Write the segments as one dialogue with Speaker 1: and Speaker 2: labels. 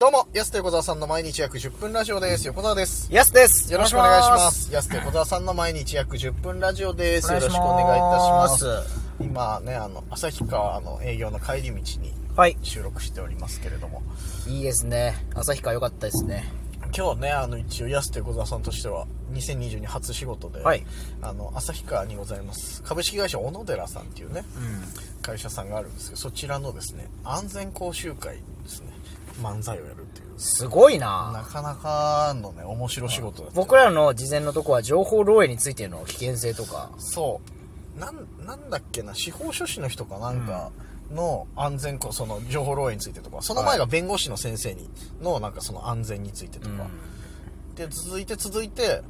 Speaker 1: どうも、安手小沢さんの毎日約10分ラジオです。横澤です。
Speaker 2: ヤスです
Speaker 1: よろしくお願いします。安手小沢さんの毎日約10分ラジオです。よろしくお願いいたします。
Speaker 2: す
Speaker 1: 今ね、あの、旭川の営業の帰り道に
Speaker 2: はい
Speaker 1: 収録しておりますけれども、
Speaker 2: いいですね旭川良かったですね
Speaker 1: 今日ね、あの、一応安手小沢さんとしては、2022初仕事で、
Speaker 2: はい
Speaker 1: あの、旭川にございます、株式会社小野寺さんっていうね、
Speaker 2: う
Speaker 1: 会社さんがあるんですけど、そちらのですね、安全講習会ですね、漫才をやるっていう。
Speaker 2: んすごい
Speaker 1: な
Speaker 2: な
Speaker 1: かなかのね、面白い仕事だった
Speaker 2: 僕らの事前のとこは情報漏洩についての危険性とか
Speaker 1: そうなんなんだっけな司法書士の人かなんかの安全こその情報漏洩についてとかその前が弁護士の先生にのなんかその安全についてとか、で続いて続いて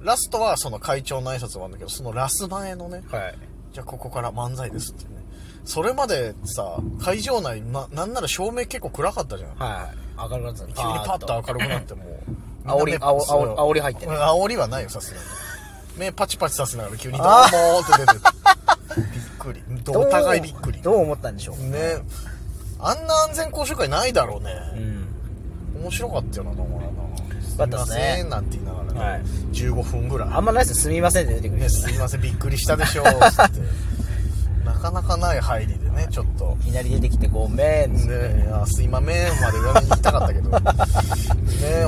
Speaker 1: ラストはその会長の挨拶もあるんだけどそのラス前のね
Speaker 2: はい
Speaker 1: じゃあここから漫才ですってねそれまでさ会場内ななんなら照明結構暗かったじゃん
Speaker 2: はい明るくなってた
Speaker 1: 急にパッと明るくなってもう
Speaker 2: 煽り
Speaker 1: みんな
Speaker 2: 煽
Speaker 1: 目そう
Speaker 2: 煽煽り入ってね
Speaker 1: 煽りはないよさすがに目パチパチさせながら急に「どうも」って出てってびっくり
Speaker 2: どう
Speaker 1: お互いびっくり
Speaker 2: どう思ったんでしょう
Speaker 1: ねあんな安全講習会ないだろう
Speaker 2: う
Speaker 1: ね、
Speaker 2: ん
Speaker 1: 面白かったよなどうもなす
Speaker 2: か
Speaker 1: い
Speaker 2: った
Speaker 1: ま
Speaker 2: っすね
Speaker 1: せんなんて言いながらね、
Speaker 2: はい
Speaker 1: 15分ぐらい
Speaker 2: あんまないですよすみませんって出てくる
Speaker 1: ね、すいませんびっくりしたでしょう」っつって なかなかない入りでねちょっと
Speaker 2: いきなり出てきてごめん
Speaker 1: ねいやすいまめんまで上に言いたかったけ どね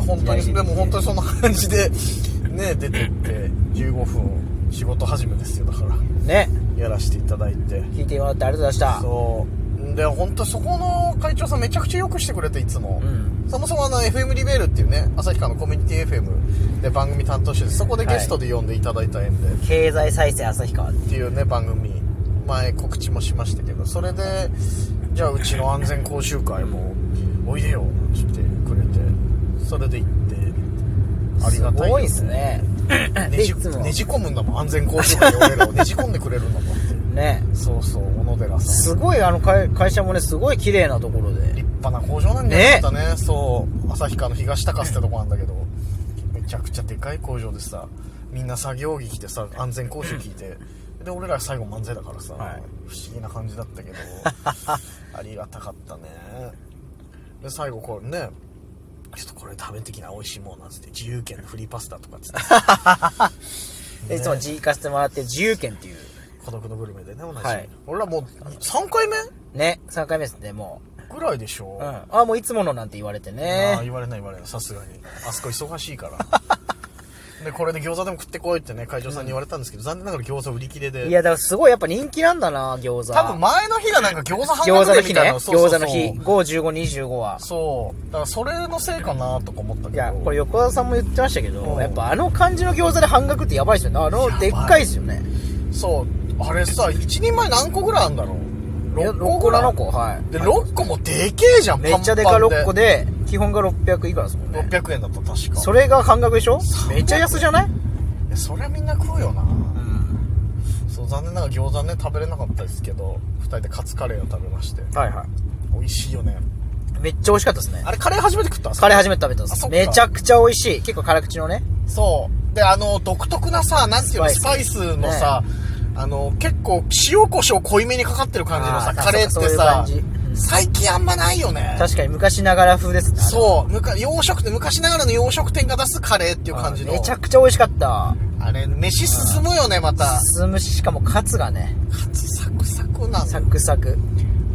Speaker 1: 本当
Speaker 2: いやいいね
Speaker 1: にでも本当にそんな感じでね出てって15分仕事始めですよだから
Speaker 2: ね
Speaker 1: やらせていただいて
Speaker 2: 聞いてもらってありがとうございまし
Speaker 1: そうんで本当そこの会長さんめちゃくちゃよくしてくれていつも、
Speaker 2: うん
Speaker 1: そもそもあの FM リベールっていうね旭川のコミュニティ FM で番組担当しててそこでゲストで呼んでいただいた縁で、
Speaker 2: た経済再生旭川
Speaker 1: っていうね番組前告知もしましたけどそれでじゃあうちの安全講習会もおいでよって言ってくれてそれで行ってありがたい
Speaker 2: す
Speaker 1: よ
Speaker 2: ごいですね
Speaker 1: ねじ
Speaker 2: いつも
Speaker 1: ねじ込むんだもん安全講習会に俺らをねじ込んでくれるんだもん
Speaker 2: ね
Speaker 1: そうそう小野寺さん
Speaker 2: すごいあの会会社もねすごい綺麗なところで
Speaker 1: 立派な工場なんだよまたねそう旭川の東高須ってとこなんだけどめちゃくちゃでかい工場でさみんな作業着着てさ安全講習聞いてで俺ら最後漫才だからさ、
Speaker 2: はい
Speaker 1: 不思議な感じだ ったけどありがたかったねで最後これねちょっとこれ食べてきな美味しいもんなんつって自由券のフリーパスタとかっつって
Speaker 2: でいつも自由化してもらって自由券っていう
Speaker 1: 孤独のグルメでね同じ、
Speaker 2: はい
Speaker 1: 俺らもう3回目
Speaker 2: ね3回目ですねも
Speaker 1: ぐらいでしょ、
Speaker 2: う、うん、ああもういつものなんて言われて
Speaker 1: ああ
Speaker 2: ね
Speaker 1: 言われない言われないさすがにあそこ忙しいから でこれで餃子でも食ってこいってね会長さんに言われたんですけど、残念ながら餃子売り切れで
Speaker 2: いやだからすごいやっぱ人気なんだな餃子
Speaker 1: 多分前の日がなんか餃子半
Speaker 2: 餃子
Speaker 1: 額
Speaker 2: の
Speaker 1: でみ
Speaker 2: 日
Speaker 1: たい
Speaker 2: ね
Speaker 1: なそうそう
Speaker 2: 餃
Speaker 1: そう
Speaker 2: 子の日51525は
Speaker 1: そうだからそれのせいかなとか思ったけど
Speaker 2: いやこれ横田さんも言ってましたけど
Speaker 1: うん
Speaker 2: やっぱあの感じの餃子で半額ってやばいですよねあのでっかいですよね
Speaker 1: そうあれさ1人前何個ぐらいあんだろう
Speaker 2: いや
Speaker 1: 6個ぐらい
Speaker 2: 7個はい
Speaker 1: で6個もでけえじゃん
Speaker 2: めっちゃでか6個で基本が600以下ですもんね
Speaker 1: 600円だった確か
Speaker 2: それが半額でしょ
Speaker 1: 300
Speaker 2: めっちゃ安じゃない
Speaker 1: いやそりゃみんな食うよな
Speaker 2: うん
Speaker 1: そう残念ながら餃子ね食べれなかったですけど2人でカツカレーを食べまして
Speaker 2: はいは
Speaker 1: 美味しいよね
Speaker 2: いめっちゃ美味しかったですね
Speaker 1: あれカレー初めて食ったんですか
Speaker 2: カレー初めて食べたんで
Speaker 1: あそ
Speaker 2: す
Speaker 1: っか
Speaker 2: めちゃくちゃ美味しい結構辛口のね
Speaker 1: そう。で、あの、独特なさ、なんていうの、ス
Speaker 2: ス
Speaker 1: パ
Speaker 2: パ
Speaker 1: イ
Speaker 2: イ
Speaker 1: ス
Speaker 2: ス
Speaker 1: のさ、あの、結構塩コショウ濃いめにかかってる感じのさ、
Speaker 2: あー
Speaker 1: カレーって
Speaker 2: そういう
Speaker 1: さ
Speaker 2: 感じう、ん
Speaker 1: 最近あんまないよね。
Speaker 2: 確かに昔ながら風ですね
Speaker 1: そう、むか洋食店、昔ながらの洋食店が出すカレーっていう感じの。
Speaker 2: めちゃくちゃ美味しかった
Speaker 1: あれ、飯進むよね、また。
Speaker 2: スムししかもカツがね
Speaker 1: カツサクサクな
Speaker 2: サ
Speaker 1: の。
Speaker 2: クサク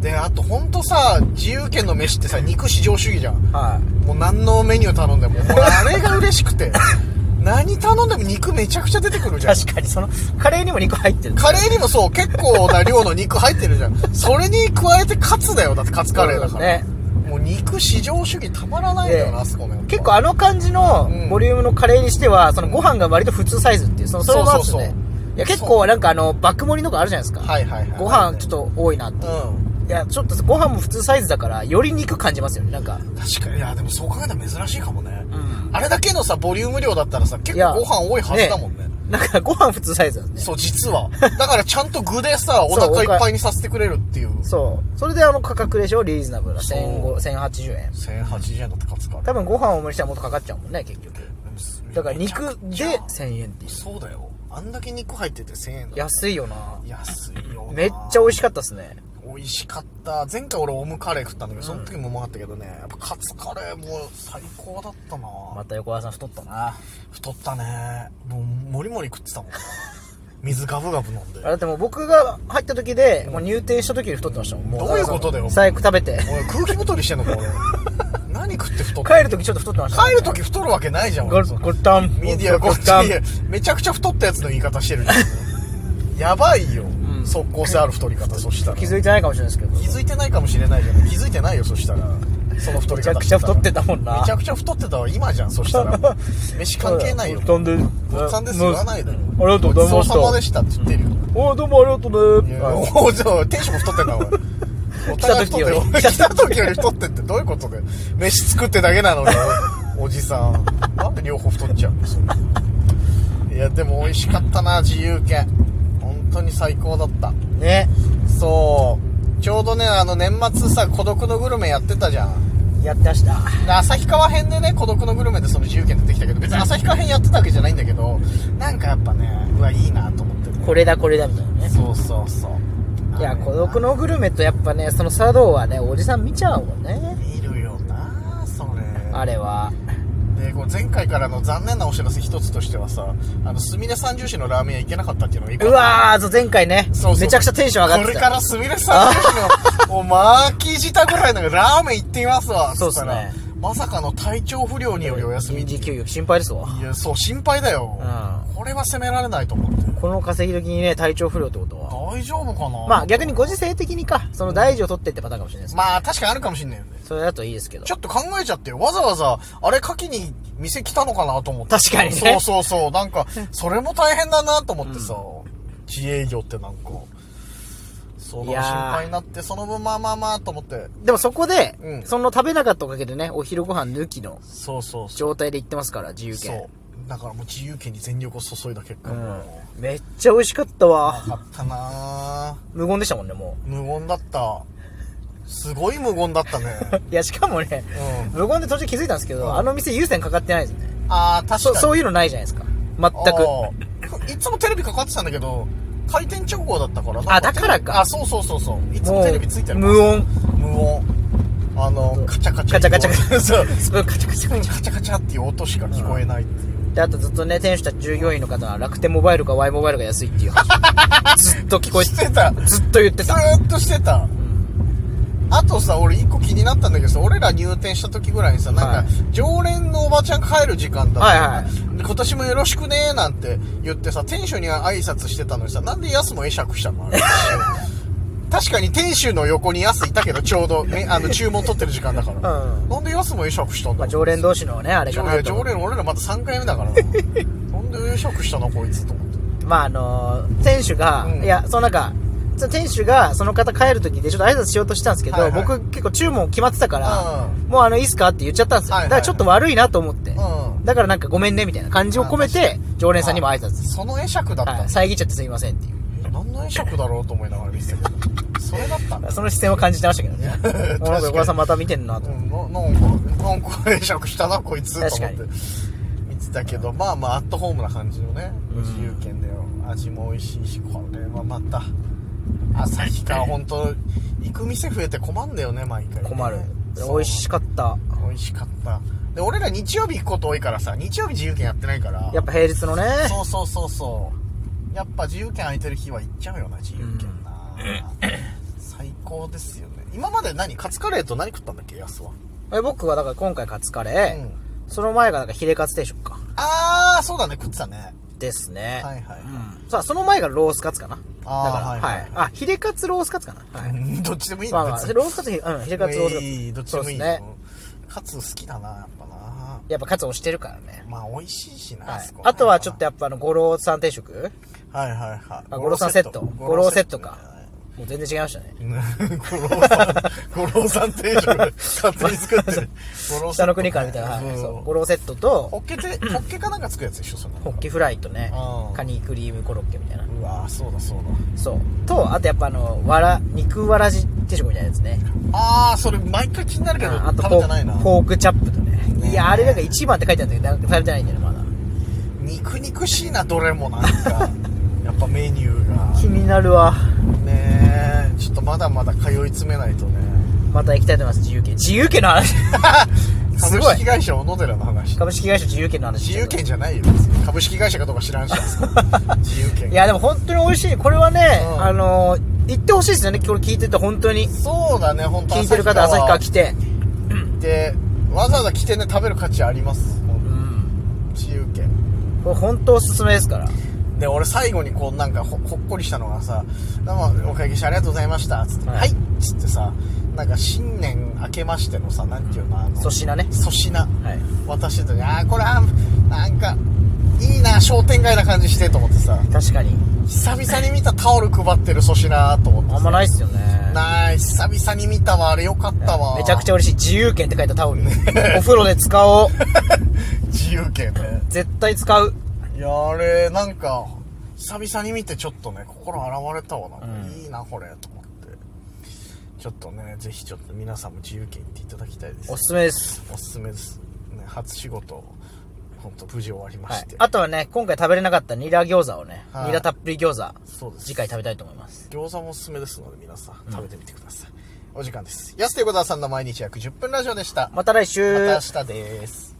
Speaker 1: で、あとほんとさ、自由圏の飯ってさ、肉至上主義じゃん。
Speaker 2: は
Speaker 1: もう何のメニュー頼んでも、もうあれが嬉しく て。何頼んでも肉めちゃくちゃ出てくる
Speaker 2: い
Speaker 1: じゃん。
Speaker 2: 確かにそのカレーにも肉入ってる
Speaker 1: カレーにもそう、結構な量の肉入ってるじゃん。 それに加えてカツだよ。だってカツカレーだから。
Speaker 2: ね
Speaker 1: もう肉至上主義たまらないんだよな、
Speaker 2: ね
Speaker 1: あそこね。
Speaker 2: 結構あの感じの
Speaker 1: うん
Speaker 2: ボリュームのカレーにしてはそのご飯が割と普通サイズっていうそのそれもあるんです
Speaker 1: そ
Speaker 2: よ
Speaker 1: う
Speaker 2: ね
Speaker 1: そう
Speaker 2: いや結構なんかあの爆盛りのがあるじゃないですか
Speaker 1: はいはいはい。
Speaker 2: ご飯ちょっと多いなって
Speaker 1: うん。
Speaker 2: いやちょっとご飯も普通サイズだからより肉感じますよねなんか
Speaker 1: 確かに。いや、でもそう考えたら珍しいかもね。
Speaker 2: ん
Speaker 1: あれだけのさ、ボリューム量だったらさ、結
Speaker 2: いや
Speaker 1: 構ご飯多いはずだもんね。
Speaker 2: なんかご飯普通サイズなんですね
Speaker 1: そう、実 は。だからちゃんと具でさ、お
Speaker 2: そう
Speaker 1: 腹いっぱいにさせてくれるっていう。
Speaker 2: そうそれであの価格でしょリーズナブルな
Speaker 1: そう
Speaker 2: 1500 1080円
Speaker 1: 1080円だったカツカレー。
Speaker 2: 多分ご飯を無理したらもっとかかっちゃうもんね結局だから
Speaker 1: めちゃく
Speaker 2: 肉
Speaker 1: ちゃ
Speaker 2: で1000円っていう
Speaker 1: そうだよ。あんだけ肉入ってて1000円だ。
Speaker 2: 安いよな
Speaker 1: 安いよな。
Speaker 2: めっちゃ美味しかったっすね
Speaker 1: 美美味しかった前回俺オムカレー食ったんだけどその時もうまかったけどねやっぱカツカレーもう最高だったな、
Speaker 2: また横川さん太ったな
Speaker 1: 太ったねもうもりもり食ってたもん水ガブガブ飲んで
Speaker 2: あだってもう僕が入った時で、もう入店した時に太ってましたもんも
Speaker 1: どういうことだよ
Speaker 2: 最悪食べて
Speaker 1: おい空気太りしてんのか俺何食って太った
Speaker 2: 帰る時ちょっと太ってました、
Speaker 1: 帰る時太るわけないじゃん
Speaker 2: ゴ
Speaker 1: 俺
Speaker 2: ルゴルタン
Speaker 1: メディアこっ
Speaker 2: タン
Speaker 1: ちめちゃくちゃ太ったやつの言い方してるじゃんやばいよ、
Speaker 2: ん
Speaker 1: 速攻性ある太り方そしたら
Speaker 2: 気づいてないかもしれないですけど
Speaker 1: 気づいてないかもしれないけど気づいてないよそしたらその太り
Speaker 2: めちゃ
Speaker 1: 方
Speaker 2: く
Speaker 1: し
Speaker 2: ちゃ
Speaker 1: たら
Speaker 2: 太ってたもんな
Speaker 1: めちゃくちゃ太ってたわ今じゃんそしたら 飯関係ないよ
Speaker 2: ゴルタンで
Speaker 1: おっさんです言わないでよ
Speaker 2: ありがとうございました
Speaker 1: ごちそうさまでしたって言ってるよ、
Speaker 2: おーどうもありがと
Speaker 1: い
Speaker 2: うね
Speaker 1: や
Speaker 2: はい
Speaker 1: おじゃあ天使も太ってんなおいお互い太ってる
Speaker 2: 来た時より
Speaker 1: 来た時より太ってってどういうことで飯作ってだけなのにお じさんなんで両方太っちゃうんですかいやでも美味しかったな自由軒本当に最高だった
Speaker 2: ね
Speaker 1: そうちょうどねあの年末さ孤独のグルメやってたじゃん
Speaker 2: やってました
Speaker 1: で旭川編でね孤独のグルメでその自由軒出てきたけど別に旭川編やってたわけじゃないんだけどなんかやっぱねうわいいなと思ってね
Speaker 2: これだこれだみたいなね
Speaker 1: そうそうそう
Speaker 2: い
Speaker 1: い
Speaker 2: や孤独のグルメとやっぱねその茶道はねおじさん見ちゃうもんね
Speaker 1: いるよなそれ
Speaker 2: あれは
Speaker 1: でこう前回からの残念なお知らせ一つとしてはさあのすみれ三重市のラーメン屋行けなかったっていうのが一個
Speaker 2: うわーそう前回ね
Speaker 1: そうそう
Speaker 2: めちゃくちゃテンション上がって
Speaker 1: こ
Speaker 2: た
Speaker 1: れからすみれ三重市のもう巻き舌ぐらいのラーメン行ってみますわ
Speaker 2: そうっ
Speaker 1: つ
Speaker 2: す
Speaker 1: ったら
Speaker 2: ね
Speaker 1: まさかの体調不良によりお休み
Speaker 2: 臨時休業心配ですわ
Speaker 1: いやそう心配だよ、
Speaker 2: う
Speaker 1: これは責められないと思って
Speaker 2: この稼ぎ時にね体調不良ってことは
Speaker 1: 大丈夫かな
Speaker 2: まあ逆にご時世的にかその大事を取ってってパターンかもしれないです
Speaker 1: まあ確かにあるかもしんないよね
Speaker 2: それだといいですけど
Speaker 1: ちょっと考えちゃってよ。わざわざ、あれ書きに店来たのかなと思って。
Speaker 2: 確かにね
Speaker 1: そうそうそう。なんか、それも大変だなと思ってさ、自営業ってなんか、そう、
Speaker 2: い
Speaker 1: 心
Speaker 2: やー
Speaker 1: 配になって、その分まあまあまあと思って。
Speaker 2: でもそこで、
Speaker 1: うん
Speaker 2: その食べなかったおかげでねお昼ご飯抜きの
Speaker 1: そうそうそう。
Speaker 2: 状態で行ってますから自由
Speaker 1: そ
Speaker 2: 券
Speaker 1: う。だからもう自由権に全力を注いだ結果、
Speaker 2: う
Speaker 1: もうん
Speaker 2: めっちゃ美味しかったわ
Speaker 1: よかったな
Speaker 2: 無言でしたもんねも
Speaker 1: ー無言だった。すごい無言だったね。
Speaker 2: ういやしかもね、
Speaker 1: う
Speaker 2: 無言で途中気づいたんですけど、あの店優先かかってないですよね
Speaker 1: ああ、確か
Speaker 2: そ
Speaker 1: に。
Speaker 2: そういうのないじゃないですか全く
Speaker 1: あーいつもテレビかかってたんだけど、回転直後だったからなん
Speaker 2: あだからか
Speaker 1: あ、そうそうそうそう。いつ
Speaker 2: も
Speaker 1: も
Speaker 2: う
Speaker 1: テレビついてる。
Speaker 2: 無音
Speaker 1: 無音。あの、カチャカチャ。
Speaker 2: カチャカチャ
Speaker 1: そう。
Speaker 2: すごいカチャカチャカチャ
Speaker 1: カチャカチャっていう音しか聞こえないっていう。
Speaker 2: であとずっとね店主たち従業員の方は楽天モバイルか Y モバイルが安いっていう話 ずっと聞こえ
Speaker 1: しててた。ず
Speaker 2: ずっと言ってた
Speaker 1: ーっとしてた。あとさ、俺一個気になったんだけどさ、俺ら入店した時ぐらいにさ、な
Speaker 2: は
Speaker 1: ん
Speaker 2: い
Speaker 1: か、常連のおばちゃん帰る時間だったから
Speaker 2: はいはい
Speaker 1: で今年もよろしくねーなんて言ってさ、店主には挨拶してたのにさ、なんでヤスも会釈した のあれ確かに店主の横にヤスいたけど、ちょうど、 ね、あの、注文取ってる時間だから。
Speaker 2: うん
Speaker 1: なんでヤスも会釈したんだろう、
Speaker 2: まあ常連同士のねあれか
Speaker 1: 常
Speaker 2: な
Speaker 1: 連、
Speaker 2: と
Speaker 1: 常連俺らまだ3回目だ から。なんで会釈したのこいつと思って。
Speaker 2: まああのー店主が、
Speaker 1: うん
Speaker 2: いやそのなんかその店主がその方帰る時でちょっと挨拶しようとしたんですけど、
Speaker 1: はいはい
Speaker 2: 僕結構注文決まってたから、
Speaker 1: う
Speaker 2: もうあのいいっすかって言っちゃったんですよ、
Speaker 1: はいはい
Speaker 2: だからちょっと悪いなと思って、
Speaker 1: うん
Speaker 2: だからなんかごめんねみたいな感じを込めて常連さんにも挨拶
Speaker 1: その会釈だったんだ
Speaker 2: はい、遮っちゃってすいませんっていう
Speaker 1: 何の会釈だろうと思いながら見てたけどそれだったんだ
Speaker 2: その視線を感じてましたけど ね
Speaker 1: 確かに
Speaker 2: なんか横田さんまた見てんなと
Speaker 1: う
Speaker 2: 思って
Speaker 1: んななんかなんか会釈したなこいつと思って
Speaker 2: 確か
Speaker 1: 見てたけどまあまあアットホームな感じのね自由軒だよ味も美味しいしこれはまた旭川本当行く店増えて困るんだよね毎回ね
Speaker 2: 困る
Speaker 1: そう
Speaker 2: 美味しかった
Speaker 1: 美味しかったで俺ら日曜日行くこと多いからさ日曜日自由軒やってないから
Speaker 2: やっぱ平日のね
Speaker 1: そうそうそうそうやっぱ自由券空いてる日は行っちゃうよな自由券な、最高ですよね今まで何カツカレーと何食ったんだっけ安は
Speaker 2: え僕はだから今回カツカレ
Speaker 1: う
Speaker 2: ー、
Speaker 1: ん
Speaker 2: その前がなんかヒレカツ定食か
Speaker 1: ああそうだね食ってたね
Speaker 2: ですね
Speaker 1: はいはい
Speaker 2: うん、さあその前がロースカツかなだから
Speaker 1: あーはいはい
Speaker 2: あヒレカツロースカツかなはい、
Speaker 1: うん どっちでもいい
Speaker 2: ま
Speaker 1: な、
Speaker 2: あまあ
Speaker 1: 別に
Speaker 2: ロースカツうんヒレカツロースカツ
Speaker 1: いいどっちでもいいよ
Speaker 2: そうですね
Speaker 1: カツ好きだなやっぱな
Speaker 2: やっぱカツ押してるからね
Speaker 1: まあ美味しいしな、
Speaker 2: はい
Speaker 1: そこね
Speaker 2: あとはちょっとやっぱあの五郎さん定食
Speaker 1: はいはいはい
Speaker 2: あ五郎さんセット五郎セットかもう全然違いましたね
Speaker 1: うん五郎さん五郎さん定食勝手に作って る五郎セット
Speaker 2: 北の国からみたいな、はい、
Speaker 1: うん
Speaker 2: そう五郎セットと
Speaker 1: ホッケ て、ホッケかなんか作るやつでしょ、その。
Speaker 2: ホッケフライとね
Speaker 1: うん
Speaker 2: カニクリームコロッケみたいな
Speaker 1: うわーそうだそうだ。
Speaker 2: そうとあとやっぱあのわら肉わらじ定食みたいなやつね
Speaker 1: あー、それ毎回気になるけど、
Speaker 2: ああ
Speaker 1: 食
Speaker 2: とポ
Speaker 1: べてないな
Speaker 2: ー。ポークチャップとね
Speaker 1: ね
Speaker 2: いやあれなんか一番って書いてあるんだけど食べてないんだよねまだ
Speaker 1: 肉肉 しいな、どれもなんか。やっぱメニューが。
Speaker 2: 気になるわ
Speaker 1: ねちょっとまだまだ通い詰めないとね
Speaker 2: また行きたいと思います自由権自由権 の話す
Speaker 1: 株
Speaker 2: ごい
Speaker 1: 式会社小野寺の話
Speaker 2: 株式会社自由権の話
Speaker 1: 自由権じゃないよ別に株式会社かどうか知らんし 自由権
Speaker 2: いやでも本当に美味しいこれはね、
Speaker 1: うん
Speaker 2: あの行ってほしいですよねこれ聞いてて本当に
Speaker 1: そうだね本当
Speaker 2: 聞いてる方旭川
Speaker 1: 来
Speaker 2: 来て
Speaker 1: てわざわざ来てね食べる価値あります
Speaker 2: うん
Speaker 1: 自由権
Speaker 2: これ本当おすすめですから
Speaker 1: で俺最後にこうなんかほほっこりしたのがさ「どうもお会計してありがとうございました」つって「
Speaker 2: はい
Speaker 1: はい」っつってさなんか新年明けましてのさなんていうのあの
Speaker 2: 粗品ね
Speaker 1: 粗品
Speaker 2: はい
Speaker 1: 渡してたのにああこれあーなんかいいな商店街な感じしてと思ってさ
Speaker 2: 確かに
Speaker 1: 久々に見たタオル配ってる粗品と思って
Speaker 2: あんまないっすよね
Speaker 1: ない久々に見たわあれよかったわ
Speaker 2: めちゃくちゃ
Speaker 1: ゃ
Speaker 2: 嬉しい自由権って書いたタオルお風呂で 使おう
Speaker 1: 自由形ね
Speaker 2: 絶対使う
Speaker 1: いやあれなんか久々に見てちょっとね心洗われたわなんか、
Speaker 2: うん
Speaker 1: いいなこれと思ってちょっとねぜひちょっと皆さんも自由形行っていただきたいです
Speaker 2: おすすめです、
Speaker 1: おすすめです、ね、初仕事本当無事終わりま
Speaker 2: はい
Speaker 1: して、、
Speaker 2: あとはね今回食べれなかったニラ餃子をね、
Speaker 1: はい
Speaker 2: ニラたっぷり餃子
Speaker 1: そうです
Speaker 2: 次回食べたいと思います
Speaker 1: 餃子もおすすめですので皆さん食べてみてください、お時間です安手小沢さんの毎日約10分ラジオでしたま
Speaker 2: また来週
Speaker 1: た明日です